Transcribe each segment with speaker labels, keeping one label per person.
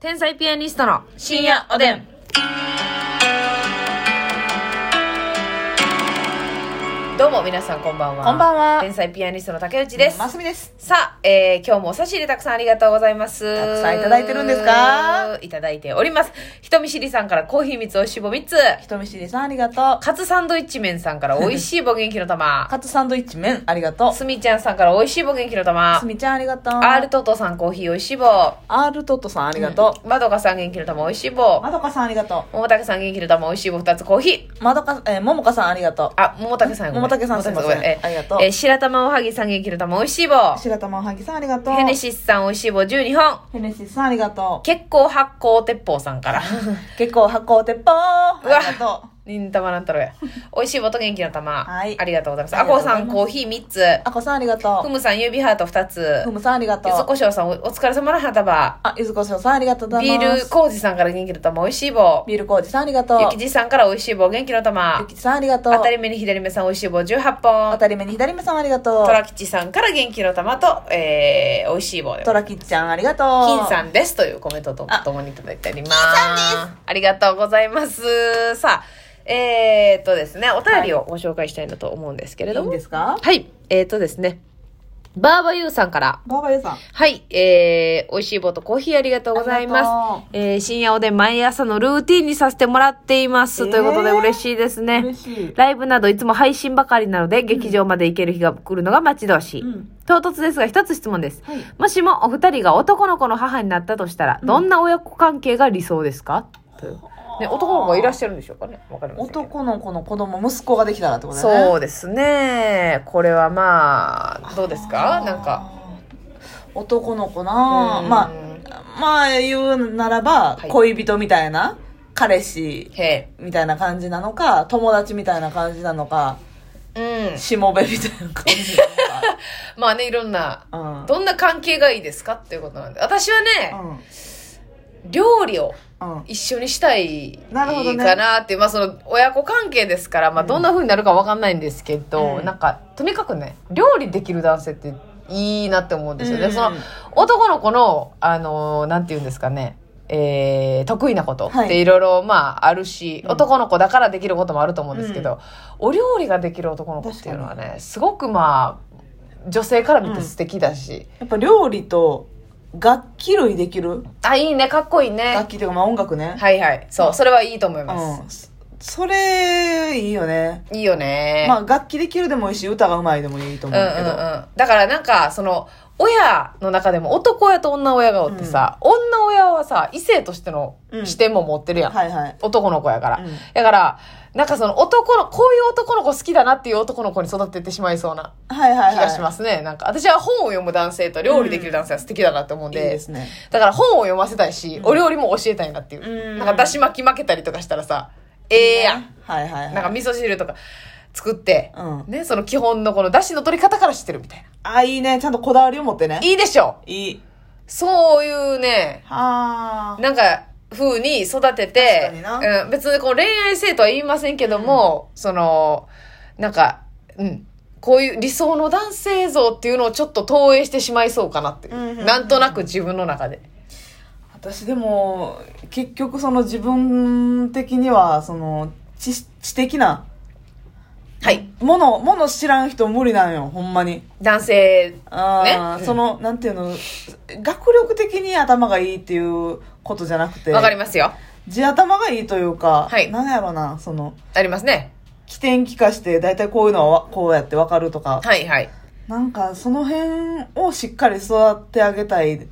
Speaker 1: 天才ピアニストの
Speaker 2: 深夜おでん。
Speaker 1: どうも皆さんこんばんは
Speaker 2: こんばんは
Speaker 1: 天才ピアニストの竹内です、
Speaker 2: ますみです。
Speaker 1: さあ、えー今日もお差し入れたくさんありがとうございます
Speaker 2: たくさんいただいてるんですか
Speaker 1: いただいております人見知りさんからコーヒー蜜おいしい棒3つ
Speaker 2: 人見知りさんありがとう。
Speaker 1: カツサンドイッチ麺さんからおいしい棒元気の玉
Speaker 2: カツサンドイッチ麺ありがと
Speaker 1: すみちゃんさんからおいしい棒元気の
Speaker 2: う。
Speaker 1: 玉
Speaker 2: すみちゃんありがとう。
Speaker 1: R トトさんコーヒーおいしい棒
Speaker 2: アールトットさんありがと。
Speaker 1: まどかさん元気の玉おいしいう棒
Speaker 2: まどかさんありがと
Speaker 1: 桃竹さん元気の玉おいしい棒2つコーヒー
Speaker 2: う。まどか、えー、ももかさんありがと
Speaker 1: あ、桃竹さんごめん。
Speaker 2: 桃竹さんすいませ
Speaker 1: 桃
Speaker 2: ん
Speaker 1: 竹ごめえ
Speaker 2: ありがとう
Speaker 1: えー白玉おはぎさん元気の玉美味しい棒。
Speaker 2: う。白玉おはぎさんありがとう。
Speaker 1: ヘネシスさん美味しい棒12本。
Speaker 2: ヘネシスさんありがと
Speaker 1: 結構発酵鉄砲さん から。
Speaker 2: う。結構発酵鉄砲あ
Speaker 1: うわ
Speaker 2: りがとう。
Speaker 1: 忍たまなんたろうや。美味しい棒と元気の玉。
Speaker 2: はい
Speaker 1: ありがとうございます。
Speaker 2: あ
Speaker 1: あ
Speaker 2: りが
Speaker 1: こと
Speaker 2: うござ
Speaker 1: さ
Speaker 2: い
Speaker 1: ん
Speaker 2: ます
Speaker 1: コーヒー3つ。
Speaker 2: あこさんありがと
Speaker 1: ふ
Speaker 2: う。
Speaker 1: むさん指ハート2つ
Speaker 2: ふ。むさんありがと
Speaker 1: ゆずこ
Speaker 2: う。
Speaker 1: しょうさんおお疲れ様の花束。
Speaker 2: あ、ゆずこしょうさんありがとうござ
Speaker 1: ビ
Speaker 2: います。
Speaker 1: ールこうじさんから元気の玉美味しい棒。
Speaker 2: ビールこうじさんありがとう。
Speaker 1: ゆきじさんから美味しい棒元気の
Speaker 2: ゆ
Speaker 1: 玉
Speaker 2: き。じさんありがとう。
Speaker 1: 当たり目に左目さん美味しい棒18
Speaker 2: 当
Speaker 1: 本。
Speaker 2: たり目に左目さんありがと
Speaker 1: ト
Speaker 2: う。
Speaker 1: ラ吉さんから元気の玉と、えー、美味しい棒で
Speaker 2: トラキッちゃんありがとう。
Speaker 1: 金さんですというコメントと
Speaker 2: あ
Speaker 1: ともにいただいております。ありがとうございます。さあ、えー、っとですね、お便りをご紹介したいなと思うんですけれ
Speaker 2: い
Speaker 1: ど
Speaker 2: いん
Speaker 1: も。
Speaker 2: ですか
Speaker 1: はい、えー、っとですね、バーバユーさんから、
Speaker 2: バーバユさん。
Speaker 1: はい、えー、美味しい棒とコーヒーありがとうござい
Speaker 2: あ
Speaker 1: ま
Speaker 2: り
Speaker 1: す。えー、深夜おでん毎朝のルーティンにさせてもらっています。
Speaker 2: えー
Speaker 1: ということで嬉しいですね。
Speaker 2: 嬉しい。
Speaker 1: ライブなどいつも配信ばかりなので、劇場まで行ける日が来るのが待ち遠しい。
Speaker 2: うん
Speaker 1: 唐突ですが、一つ質問です。
Speaker 2: はい
Speaker 1: もしもお二人が男の子の母になったとしたら、どんな親子関係が理想ですかというね、男の子がいらっしゃるんでしょうかねわかりませんけど
Speaker 2: 男の子の子供息子ができたらってことだね
Speaker 1: そうですね。これはまあ、どうですかなんか。
Speaker 2: 男の子なあ
Speaker 1: うん
Speaker 2: まあまあ言うならば
Speaker 1: はい
Speaker 2: 恋人みたいな彼氏
Speaker 1: へ
Speaker 2: みたいな感じなのか友達みたいな感じなのか
Speaker 1: え。うん。
Speaker 2: しもべみたいな感じな
Speaker 1: まあね、いろんな、
Speaker 2: の か
Speaker 1: どんな関係がいいですかっていうことなんで。私はね、
Speaker 2: うん
Speaker 1: 料理を
Speaker 2: うん
Speaker 1: 一緒にしたい
Speaker 2: なるほどね
Speaker 1: かなっていう、まあその親子関係ですから、まあ
Speaker 2: うん
Speaker 1: どんな風になるかわかんないんですけど、
Speaker 2: うん
Speaker 1: なんか、とにかくね、料理できる男性っていいなって思うんですよね。
Speaker 2: うん
Speaker 1: その、男の子の、あのーなんて言うんですかね、えー得意なこと
Speaker 2: はい
Speaker 1: っていろいろ、まあ、あるし、
Speaker 2: うん
Speaker 1: 男の子だからできることもあると思うんですけど、お料理ができる男の子っていうのはね、すごくまあ、女性から見て素敵だし、
Speaker 2: やっぱ料理と楽器類できる
Speaker 1: あ、いいね、かっこいいね
Speaker 2: 楽。器というかまあ音楽ね
Speaker 1: はいはい。そう、それはいいと思いうま
Speaker 2: んそそれいいよね
Speaker 1: す。いいよね。
Speaker 2: まあ楽器できるでもいいし歌がうまいでもいいと思うけど
Speaker 1: うんうんうん、だからなんかその親の中でも男親と女親がおってさ、女親はさ異性としての
Speaker 2: うん
Speaker 1: 視点も持ってるやん、
Speaker 2: はいはい
Speaker 1: 男の子やから、
Speaker 2: うん
Speaker 1: だからなんかその男のこういう男の子好きだなっていう男の子に育ててしまいそうな
Speaker 2: はいはいはい
Speaker 1: 気がしますね、なんか私は本を読む男性と料理できる男性は素敵だなって思うん
Speaker 2: いい
Speaker 1: で,、
Speaker 2: ですね
Speaker 1: だから本を読ませたいし、お料理も教えたいなっていう、
Speaker 2: うん
Speaker 1: なんかだし巻き負けたりとかしたらさええやん
Speaker 2: はいはいはい
Speaker 1: なんか味噌汁とか作って、
Speaker 2: うん
Speaker 1: ね、その基本のこの出汁の取り方から知ってるみたいな。
Speaker 2: あいいねちゃんとこだわりを持ってね
Speaker 1: いいでしょう
Speaker 2: いい
Speaker 1: そういうね、
Speaker 2: はあ
Speaker 1: なんか、風に育てて、
Speaker 2: 確かに
Speaker 1: うん、別にこう恋愛性とは言いませんけども、その、なんか、うん。こういう理想の男性像っていうのをちょっと投影してしまいそうかなっていう。
Speaker 2: うんうんうん
Speaker 1: なんとなく自分の中で。
Speaker 2: 私でも結局その自分的にはその知知的な
Speaker 1: はい。
Speaker 2: ものもの知らん人無理なんよほんまに
Speaker 1: 男性、
Speaker 2: ああ、
Speaker 1: ね
Speaker 2: そのなんていうの学力的に頭がいいっていうことじゃなくて
Speaker 1: わかりますよ。
Speaker 2: 地頭がいいというか、
Speaker 1: はい
Speaker 2: なんやろなその
Speaker 1: ありますね。
Speaker 2: 起点気化して大体こういうのはわこうやってわかるとか
Speaker 1: はいはい。
Speaker 2: なんかその辺をしっかり育ってあげたい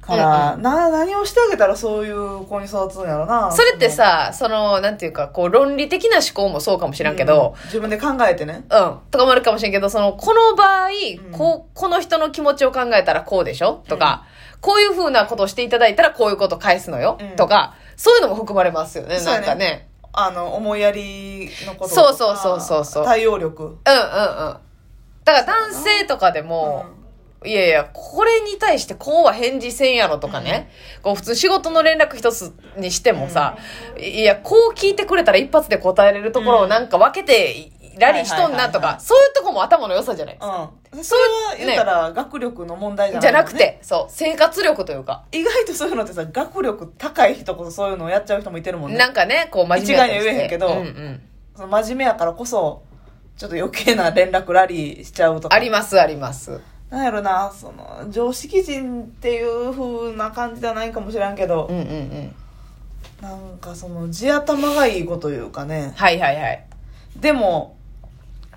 Speaker 2: から、
Speaker 1: う
Speaker 2: な何をしてあげたらそういう子に育つんやろな
Speaker 1: それってさ、その、なんていうか、こう、論理的な思考もそうかもし
Speaker 2: うん
Speaker 1: らんけど、
Speaker 2: 自分で考えてね
Speaker 1: うん、とかもあるかもしれんけど、その、この場合、
Speaker 2: ん
Speaker 1: こう、この人の気持ちを考えたらこうでしょとか、こういう風なことをしていただいたらこういうこと返すのよ、
Speaker 2: うん
Speaker 1: とか、そういうのも含まれますよね、
Speaker 2: そ
Speaker 1: なん
Speaker 2: うやね
Speaker 1: かね。
Speaker 2: あの思いやりのこと
Speaker 1: そうそうそうそうそう
Speaker 2: あー対応力
Speaker 1: うんうんうん。だから男性とかでも、いやいや、これに対してこうは返事せんやろとかね。こう普通仕事の連絡一つにしてもさ、いや、こう聞いてくれたら一発で答えれるところをなんか分けてラリーしとんなと
Speaker 2: うんはいはいはい
Speaker 1: か、
Speaker 2: は
Speaker 1: そういうとこも頭の良さじゃないです
Speaker 2: う
Speaker 1: か。
Speaker 2: ん、それは言ったら学力の問題じゃ
Speaker 1: じ
Speaker 2: な
Speaker 1: ゃ
Speaker 2: いもん
Speaker 1: な
Speaker 2: ね、
Speaker 1: くて、そう、生活力というか、
Speaker 2: 意外とそういうのってさ学力高い人こそそういうのをやっちゃう人もいてるもんね
Speaker 1: なんかね、こう、真面目やったりして
Speaker 2: 一概には言えへんけど
Speaker 1: うんうん。
Speaker 2: その真面目やからこそちょっと余計な連絡ラリーしちゃうとか
Speaker 1: あります、あります。
Speaker 2: なんやろなその常識人っていう風な感じではないかもしらんけど
Speaker 1: う、んうんうん。
Speaker 2: なんかその地頭がいい子というかね
Speaker 1: はいはいはい。
Speaker 2: でも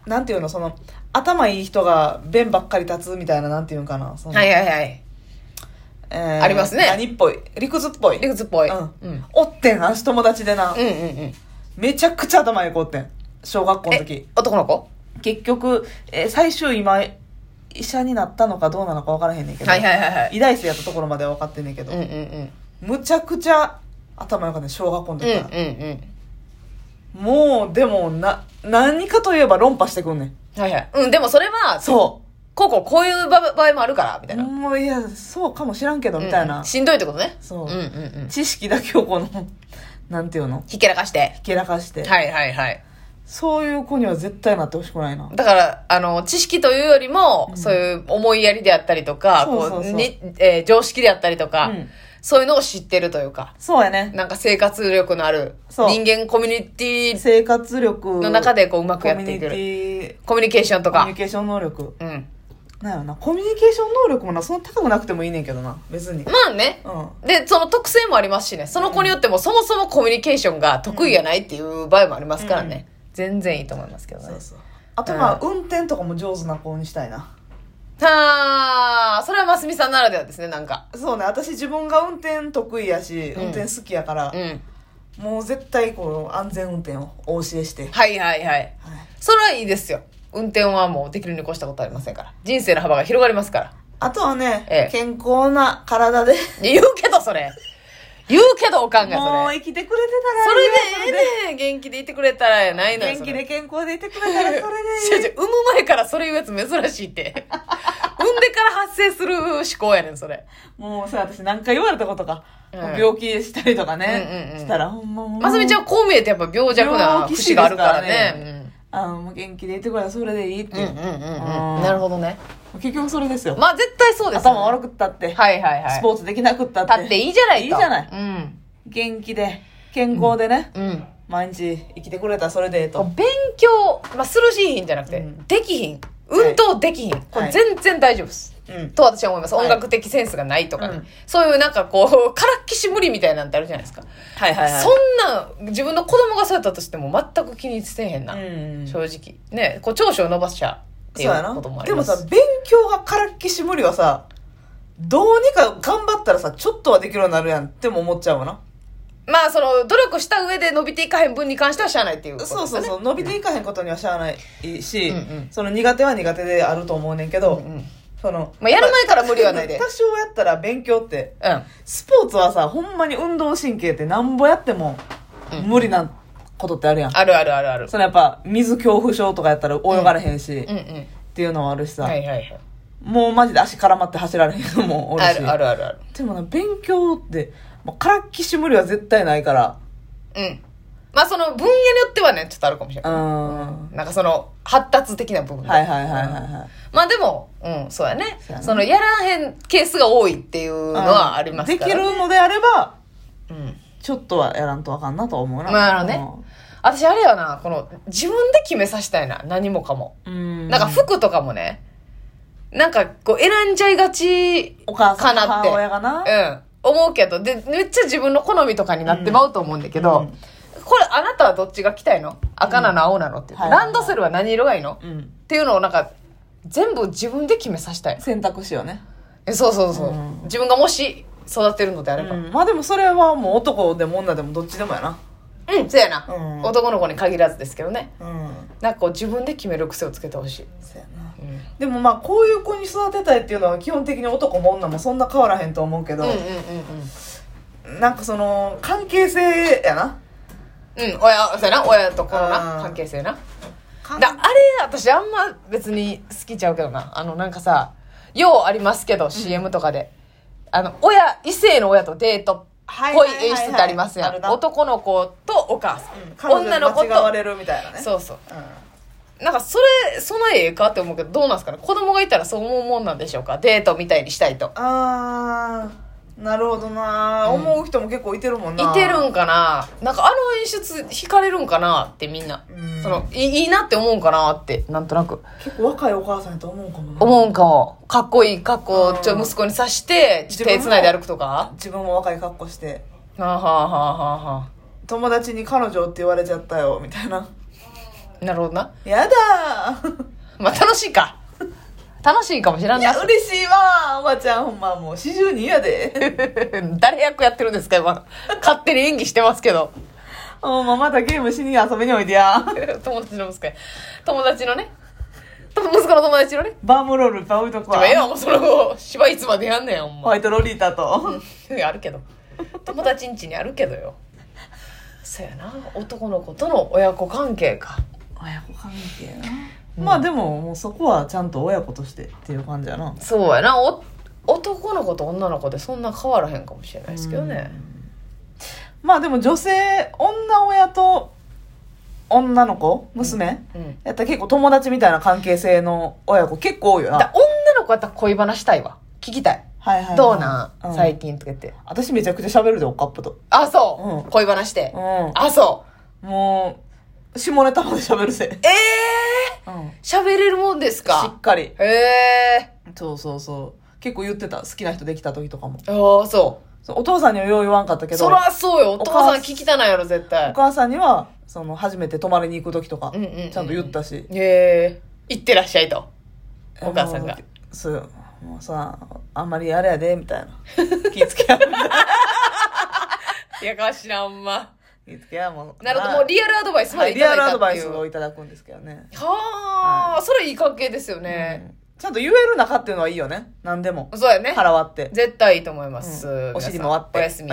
Speaker 2: なんていうのその頭いい人が弁ばっかり立つみたいななんていうのかなその、
Speaker 1: はいはいはい。
Speaker 2: えー
Speaker 1: ありますね
Speaker 2: 何っぽい理屈っぽい
Speaker 1: 理屈っぽい。
Speaker 2: うん
Speaker 1: うん。うん
Speaker 2: おってん足友達でな、
Speaker 1: うんうん。
Speaker 2: めちゃくちゃ頭いい子おってん小学校の
Speaker 1: え
Speaker 2: 時、
Speaker 1: 男の子
Speaker 2: 結局、えー最終今医者になったのかどうなのか分からへんねんけど、
Speaker 1: はいはいはいはい。
Speaker 2: 医大生やったところまでは分かってんねんけど、
Speaker 1: うんうんうん。
Speaker 2: むちゃくちゃ頭良かったね小学校の
Speaker 1: うんう
Speaker 2: 時
Speaker 1: ん
Speaker 2: から、
Speaker 1: う
Speaker 2: もうでもな何かといえば論破してくんねん
Speaker 1: ん。はいはい。うん、でもそれは、
Speaker 2: そ
Speaker 1: こうこうこういう場場合もあるから、みた
Speaker 2: う
Speaker 1: いな。
Speaker 2: もういやそうかもしらんけどみたいな、
Speaker 1: うんしんどいってことね。
Speaker 2: そう
Speaker 1: うんうんうん。
Speaker 2: 知識だけをこのなんていうの
Speaker 1: ひけらかして。
Speaker 2: ひけらかして、
Speaker 1: はいはいはい。
Speaker 2: そういう子には絶対なってほしくないな
Speaker 1: だから、あの、知識というよりも、
Speaker 2: うん
Speaker 1: そういう思いやりであったりとか、
Speaker 2: そうそうそう
Speaker 1: こに、えー常識であったりとか、
Speaker 2: うん
Speaker 1: そういうのを知ってるというか、
Speaker 2: そうやね
Speaker 1: なんか生活力のある、人
Speaker 2: そう
Speaker 1: 間コミュニティ
Speaker 2: 生活力
Speaker 1: の中でこううまく
Speaker 2: コ
Speaker 1: や
Speaker 2: ミ
Speaker 1: っ
Speaker 2: ュ
Speaker 1: て
Speaker 2: ニ
Speaker 1: いけ
Speaker 2: テ
Speaker 1: る。
Speaker 2: ィ
Speaker 1: コミュニケーションと
Speaker 2: コミュニ
Speaker 1: か。
Speaker 2: ケーション能力
Speaker 1: うん。
Speaker 2: なんやろなコミュニケーション能力もなそんな高くなくてもいいねんけどな別に
Speaker 1: まあね。
Speaker 2: うん
Speaker 1: で、その特性もありますしね、その子によってもそもそもコミュニケーションが得意やないっていう場合もありますからね。全然いいと思いますけどね。
Speaker 2: そうあとまあ、運転とかも上手な子にしたいな
Speaker 1: はあ、それはますみさんならではですね、なんか。
Speaker 2: そうね私自分が運転得意やし
Speaker 1: うん
Speaker 2: 運転好きやから
Speaker 1: う、ん。
Speaker 2: もう絶対こう安全運転をお教えして、はい、
Speaker 1: はいはいはい。それはいいですよ。運転はもうできるに越したことありませんから。人生の幅が広がりますから。
Speaker 2: あとはね、
Speaker 1: ええ
Speaker 2: 健康な体で
Speaker 1: いや言うけどそれ。言うけどおかんが
Speaker 2: も
Speaker 1: そうれ。
Speaker 2: 生きてくれて
Speaker 1: そ
Speaker 2: たらいいな
Speaker 1: れでええねん元気でいてくれたらやないのよ。
Speaker 2: 元
Speaker 1: そ
Speaker 2: 気
Speaker 1: れ
Speaker 2: で健康でいてくれたらそれでいい
Speaker 1: 違う違う産む前からそれ言うやつ珍しいって。 産んでから発生する思考やねん、それ。
Speaker 2: もうさ私何回言われたことか、
Speaker 1: うん
Speaker 2: 病気したりとか
Speaker 1: う
Speaker 2: ね
Speaker 1: ん、うんうん
Speaker 2: したらほんまもう
Speaker 1: ますみちゃんはこう見えてやっぱ病弱な
Speaker 2: 病気
Speaker 1: 節
Speaker 2: 師で
Speaker 1: があ
Speaker 2: す
Speaker 1: る
Speaker 2: か
Speaker 1: から
Speaker 2: らね
Speaker 1: ね。
Speaker 2: あのもう元気でいてくれたらそれでいいって
Speaker 1: うんう
Speaker 2: い
Speaker 1: んう
Speaker 2: う、
Speaker 1: んうん
Speaker 2: う
Speaker 1: うんん。なるほどね。
Speaker 2: 結局それですよ、
Speaker 1: まあ絶対そうですよね
Speaker 2: 頭悪くったって、
Speaker 1: はいはいはい。
Speaker 2: スポーツできなくったって
Speaker 1: 立っていいじゃないと。
Speaker 2: いいじゃない
Speaker 1: うん。
Speaker 2: 元気で健康でね、
Speaker 1: うん。
Speaker 2: 毎日生きてくれたらそれでええと、
Speaker 1: 勉強、まあ、するしひんじゃなくて、
Speaker 2: うん
Speaker 1: できひん。運動できひん。これ全然大丈夫です。
Speaker 2: うん
Speaker 1: と私は思います。
Speaker 2: はい
Speaker 1: 音楽的センスがないとかね。
Speaker 2: うん
Speaker 1: そういうなんかこう、からっきし無理みたいなんてあるじゃないですか。
Speaker 2: はいはいはい
Speaker 1: そんなん、自分の子供がそうやったとしても全く気にせえへんな。
Speaker 2: うん
Speaker 1: 正直。ね、こう、長所を伸ばしちゃって
Speaker 2: そう
Speaker 1: いう
Speaker 2: やな
Speaker 1: こともあり
Speaker 2: で
Speaker 1: ま
Speaker 2: も
Speaker 1: す。
Speaker 2: さ勉強がからっきし無理はさどうにか頑張ったらさちょっとはできるようになるやんっても思っちゃうわな
Speaker 1: まあ、その、努力した上で伸びていかへん分に関してはしゃあないっていうことですよ
Speaker 2: そ
Speaker 1: ね。
Speaker 2: うそうそう伸びていかへんことにはしゃあないし、
Speaker 1: うんうん
Speaker 2: その苦手は苦手であると思うねんけど、
Speaker 1: うんうん
Speaker 2: その
Speaker 1: まあやる前から無理はないで
Speaker 2: 多少やったら勉強って
Speaker 1: うん。
Speaker 2: スポーツはさほんまに運動神経ってなんぼやっても
Speaker 1: うん
Speaker 2: 無理なことってあるやん、
Speaker 1: あるあるあるある。
Speaker 2: そのやっぱ水恐怖症とかやったら泳がれへんし、
Speaker 1: うん
Speaker 2: っ
Speaker 1: うん。
Speaker 2: ていうのもあるしさ、
Speaker 1: はいはいはい。
Speaker 2: もうマジで足絡まって走られへんのもおるし
Speaker 1: あるあるあるある。
Speaker 2: でもな勉強って、まあ、からっきし無理は絶対ないから
Speaker 1: うん。まあその分野によってはね、ちょっとあるかもしれ
Speaker 2: う
Speaker 1: ない。
Speaker 2: ん、
Speaker 1: なんかその発達的な部分で
Speaker 2: はいはいはいはい
Speaker 1: うん
Speaker 2: はい
Speaker 1: まあでも、うん、そうやね。
Speaker 2: そう
Speaker 1: そ
Speaker 2: や
Speaker 1: の
Speaker 2: ね
Speaker 1: やらへんケースが多いっていうのはあります
Speaker 2: で
Speaker 1: か
Speaker 2: き
Speaker 1: ら、ね。
Speaker 2: るのであれば
Speaker 1: きる。うん。
Speaker 2: ちょっとはやらんとあかんなとは思うな。
Speaker 1: まあなるほどね。私あれやな、この自分で決めさせたいな、何もかも。
Speaker 2: うん。
Speaker 1: なんか服とかもね、なんかこう選んじゃいがち、
Speaker 2: お母さん、
Speaker 1: かなって
Speaker 2: 母親がな。
Speaker 1: うん、思うけど、で、めっちゃ自分の好みとかになってまうと思うんだけど、
Speaker 2: うん
Speaker 1: これあなたはどっちが着たいの赤なの青なのっていう、
Speaker 2: はい
Speaker 1: ランドセルは何色がいいの
Speaker 2: うん。
Speaker 1: っていうのをなんか全部自分で決めさせたい
Speaker 2: 選択肢をね。
Speaker 1: えそうそうそう、
Speaker 2: うん
Speaker 1: 自分がもし育てるのであれ
Speaker 2: う
Speaker 1: ばうん、
Speaker 2: ん。まあでもそれはもう男でも女でもどっちでもやな。
Speaker 1: そうやな、
Speaker 2: うん
Speaker 1: 男の子に限らずですけどね
Speaker 2: うん。
Speaker 1: なんかこう自分で決める癖をつけてほしい、
Speaker 2: そうやな。
Speaker 1: うん、
Speaker 2: でもまあこういう子に育てたいっていうのは基本的に男も女もそんな変わらへんと思うけど、
Speaker 1: うんうんうん
Speaker 2: なんかその関係性やな。
Speaker 1: うんうん親そうやな親と子のな
Speaker 2: うん
Speaker 1: 関係性な
Speaker 2: 関
Speaker 1: だあれ私あんま別に好きちゃうけどなあのなんかさようありますけど CM とかで、あの親異性の親とデートっぽい演出ってありますや
Speaker 2: はいはいはいはいある
Speaker 1: ん
Speaker 2: な
Speaker 1: 男の子とお母さん、
Speaker 2: 彼女
Speaker 1: 女
Speaker 2: に
Speaker 1: の子
Speaker 2: 間違わ
Speaker 1: と
Speaker 2: れるみたいなね。
Speaker 1: そうそう
Speaker 2: うん。
Speaker 1: なんかそれ、そのええかって思うけど、どうなんですかね子供がいたらそう思うもんなんでしょうかデートみたいにしたいと。
Speaker 2: あーなるほどな、
Speaker 1: うん
Speaker 2: 思う人も結構いてるもんない
Speaker 1: てるんかななんかあの演出惹かれるんかなってみんな。
Speaker 2: うん
Speaker 1: そのいいいなって思うんかなって、なんとなく。
Speaker 2: 結構若いお母さんやと思うかもな
Speaker 1: 思うんかも。かっこいい格好
Speaker 2: う、ん
Speaker 1: ちょ、息子にさして、
Speaker 2: 自分も
Speaker 1: 手つないで歩くとか
Speaker 2: 自分も若い格好して
Speaker 1: はあはあはあはあは
Speaker 2: 友達に彼女って言われちゃったよみたいな
Speaker 1: あ。なるほどな。
Speaker 2: やだー
Speaker 1: まあ楽しいか。楽しいかもしらん
Speaker 2: いや
Speaker 1: な。
Speaker 2: 嬉しいわーおばちゃんほんまもう42や で
Speaker 1: 誰役やってるんですか今。勝手に演技してますけど。
Speaker 2: ほんままたゲームしに遊びにおいでや
Speaker 1: 友達の息子や。友達のね。と息子の友達のね。
Speaker 2: バームロールいっぱい置いとく
Speaker 1: で
Speaker 2: わ
Speaker 1: もええわ、もうそれを、芝居いつまでやんねん、ほん
Speaker 2: ホ
Speaker 1: ま。
Speaker 2: ワイトロリータと
Speaker 1: あるけど。友達ん家にあるけどよ。そうやな。男の子との親子関係か。
Speaker 2: 親子関係な、
Speaker 1: うん
Speaker 2: まあでももうそこはちゃんと親子としてっていう感じやな
Speaker 1: そうやな。お男の子と女の子でそんな変わらへんかもしれないですけどね。
Speaker 2: まあでも女性女親と女の子娘、
Speaker 1: うん。
Speaker 2: やったら結構友達みたいな関係性の親子結構多いよな
Speaker 1: だ女の子やったら恋話したいわ。聞きたい。
Speaker 2: はいはいはい
Speaker 1: どうなん、
Speaker 2: ん
Speaker 1: 最近とか言って。
Speaker 2: 私めちゃくちゃ喋るでおかっぽと
Speaker 1: あ、そう、
Speaker 2: うん
Speaker 1: 恋話して。
Speaker 2: う
Speaker 1: あ、そうん
Speaker 2: もう下ネタまで喋るせ、
Speaker 1: ええ
Speaker 2: うん、
Speaker 1: ー、喋れるもんです
Speaker 2: し
Speaker 1: か
Speaker 2: っかり
Speaker 1: へえ
Speaker 2: そうそうそう結構言ってた好きな人できた時とかも
Speaker 1: ー。ああ、そ
Speaker 2: そうお父さんにはよう言わんかった
Speaker 1: う。
Speaker 2: けど
Speaker 1: そらそうよ。お
Speaker 2: お
Speaker 1: 父
Speaker 2: 母さん
Speaker 1: さん聞きたないやろ、絶
Speaker 2: お
Speaker 1: 対。
Speaker 2: 母さんにはその初めて泊まりに行く時とか、
Speaker 1: うんうんうん
Speaker 2: ちゃんと言ったし
Speaker 1: ええー。行ってらっしゃいと。お母さんが
Speaker 2: あのそうもうさあんまりあれやでみたい な気ぃつけやみたいない
Speaker 1: や、かしらんま。
Speaker 2: 気ぃつけやもう
Speaker 1: なるほど、もうリアルアドバイスま
Speaker 2: は
Speaker 1: で
Speaker 2: い
Speaker 1: い
Speaker 2: リア
Speaker 1: た
Speaker 2: ル
Speaker 1: だ
Speaker 2: アド
Speaker 1: いたっ
Speaker 2: バ
Speaker 1: て
Speaker 2: イ
Speaker 1: い
Speaker 2: ス
Speaker 1: う。
Speaker 2: を
Speaker 1: はい
Speaker 2: ただくんですけどね、
Speaker 1: あ、それいい関係ですよね。
Speaker 2: うんちゃんと言える仲っていうのはいいよね何でも
Speaker 1: そうやね。
Speaker 2: 腹割って
Speaker 1: 絶対いいと思います。
Speaker 2: うん
Speaker 1: 皆さん
Speaker 2: お尻も割って
Speaker 1: おやすみ。